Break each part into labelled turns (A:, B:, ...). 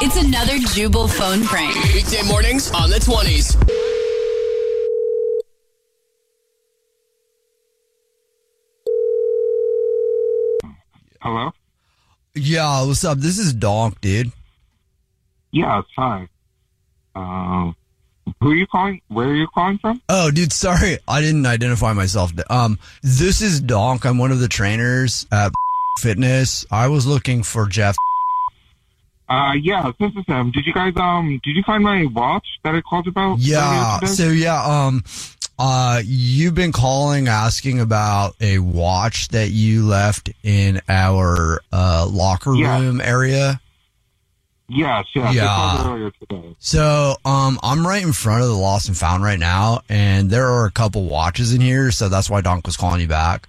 A: It's another Jubal phone prank.
B: Weekday mornings on the 20s.
C: Hello?
D: Yeah, what's up? This is Donk, dude.
C: Yeah, hi. Um, who are you calling? Where are you calling from?
D: Oh, dude, sorry. I didn't identify myself. Um, this is Donk. I'm one of the trainers at Fitness. I was looking for Jeff.
C: Uh, yeah, this is him. Did you guys, um, did you find my watch that I called about?
D: Yeah.
C: earlier today?
D: So yeah, um uh you've been calling asking about a watch that you left in our uh locker
C: Yeah.
D: room area.
C: yes, yes,
D: Yeah.
C: I called earlier today.
D: So um I'm right in front of the lost and found right now and there are a couple watches in here, so that's why Donk was calling you back.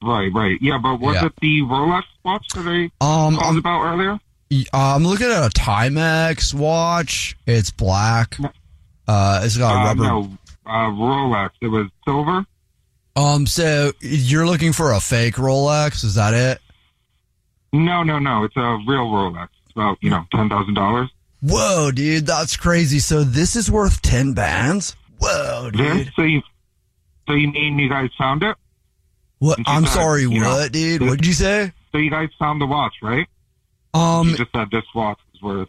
C: Right, right. Yeah, but was
D: Yeah.
C: it the Rolex watch that I
D: Um
C: called
D: I'm,
C: about earlier?
D: uh, I'm looking at a Timex watch. It's black. Uh it's got
C: uh,
D: rubber
C: No, uh, Rolex. It was silver?
D: Um so you're looking for a fake Rolex, is that it?
C: No, no, no. It's a real Rolex. It's about, you know, $10,000.
D: Whoa, dude, that's crazy. So this is worth 10 bands? Whoa,
C: Then,
D: dude.
C: so you, so you mean you guys found it?
D: What? I'm
C: Yeah.
D: sorry, what, dude? What did you say?
C: So you guys found the watch, right?
D: Um,
C: you just said this watch is worth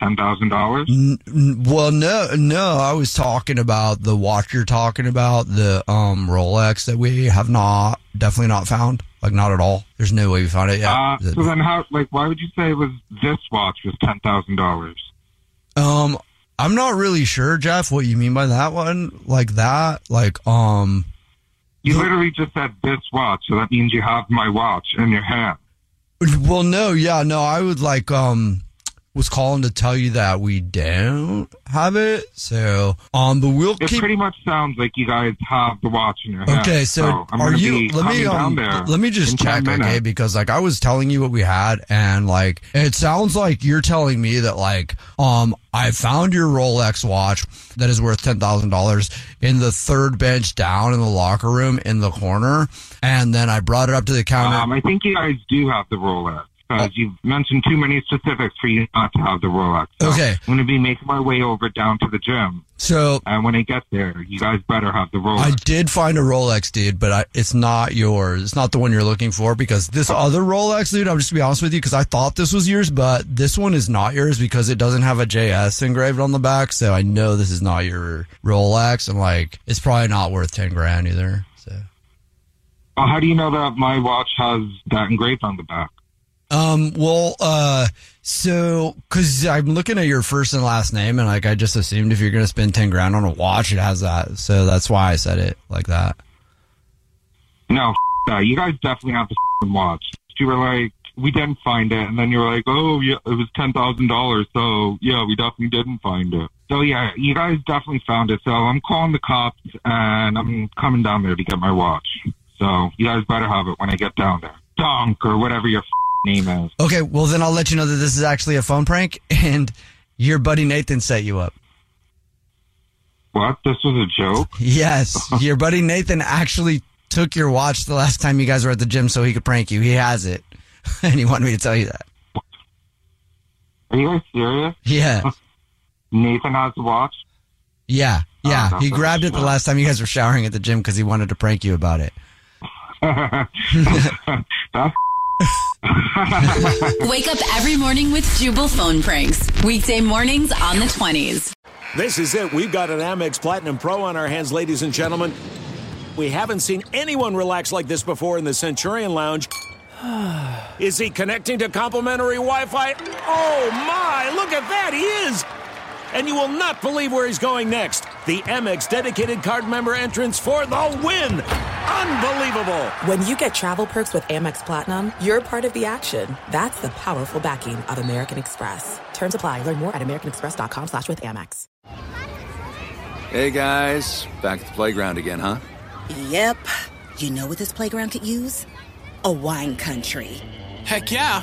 C: ten thousand dollars.
D: n- n- well, no, no, I was talking about the watch you're talking about, the, um, Rolex that we have not, definitely not found. Like, not at all. There's no way we found it yet.
C: Uh, so then, how? Like, why would you say it was this watch was ten thousand dollars?
D: um, I'm not really sure, Jeff, what you mean by that one. Like that, like, um,
C: You literally just said this watch, so that means you have my watch in your hand.
D: Well, no, yeah, no. I would like um was calling to tell you that we don't have it. So um, but we'll
C: It
D: keep.
C: pretty much sounds like you guys have the watch in your hand.
D: Okay, so,
C: Uh-huh. I'm
D: are
C: gonna
D: you?
C: be
D: Let me
C: coming
D: um,
C: down there
D: let me just
C: in 10
D: check, okay?
C: minutes.
D: Because like I was telling you what we had, and like it sounds like you're telling me that like um I found your Rolex watch that is worth ten thousand dollars in the third bench down in the locker room in the corner, and then I brought it up to the counter.
C: Um, I think you guys do have the Rolex. Because you've mentioned too many specifics for you not to have the Rolex. So
D: Okay.
C: I'm going to be making my way over down to the gym.
D: so
C: And when I get there, you guys better have the Rolex.
D: I did find a Rolex, dude, but I, it's not yours. It's not the one you're looking for because this other Rolex, dude, I'm just gonna be honest with you because I thought this was yours, but this one is not yours because it doesn't have a JS engraved on the back. So I know this is not your Rolex, and like it's probably not worth ten grand either. So,
C: Well, how do you know that my watch has that engraved on the back?
D: um, well, uh, so because I'm looking at your first and last name, and like I just assumed if you're gonna spend ten grand on a watch, it has that. So that's why I said it like that.
C: No, f- that. You guys definitely have the f***ing watch. You were like, we didn't find it, and then you were like, oh, yeah, it was ten thousand dollars, so yeah, we definitely didn't find it. So yeah, you guys definitely found it. So I'm calling the cops, and I'm coming down there to get my watch. So you guys better have it when I get down there. Donk or whatever your f- name is.
D: Okay, well then I'll let you know that this is actually a phone prank, and your buddy Nathan set you up.
C: What? This was a joke?
D: Yes, your buddy Nathan actually took your watch the last time you guys were at the gym, so he could prank you. He has it, and he wanted me to tell you that.
C: Are you guys serious?
D: Yeah,
C: Nathan has a watch?
D: yeah, yeah.
C: Oh,
D: he
C: that's
D: grabbed it the
C: awesome.
D: last time you guys were showering at the gym because he wanted to prank you about it.
C: That's
A: Wake up every morning with Jubal phone pranks. Weekday mornings on the 20s.
E: This is it. We've got an Amex Platinum Pro on our hands, ladies and gentlemen. We haven't seen anyone relax like this before in the Centurion Lounge. Is he connecting to complimentary Wi Fi? Oh my, look at that! He is! And you will not believe where he's going next. The Amex dedicated card member entrance for the win! Unbelievable!
F: When you get travel perks with Amex Platinum, you're part of the action. That's the powerful backing of American Express. Terms apply. Learn more at americanexpress.com slash with Amex.
G: Hey guys, back at the playground again, huh?
H: Yep. You know what this playground could use? A wine country.
B: Heck yeah,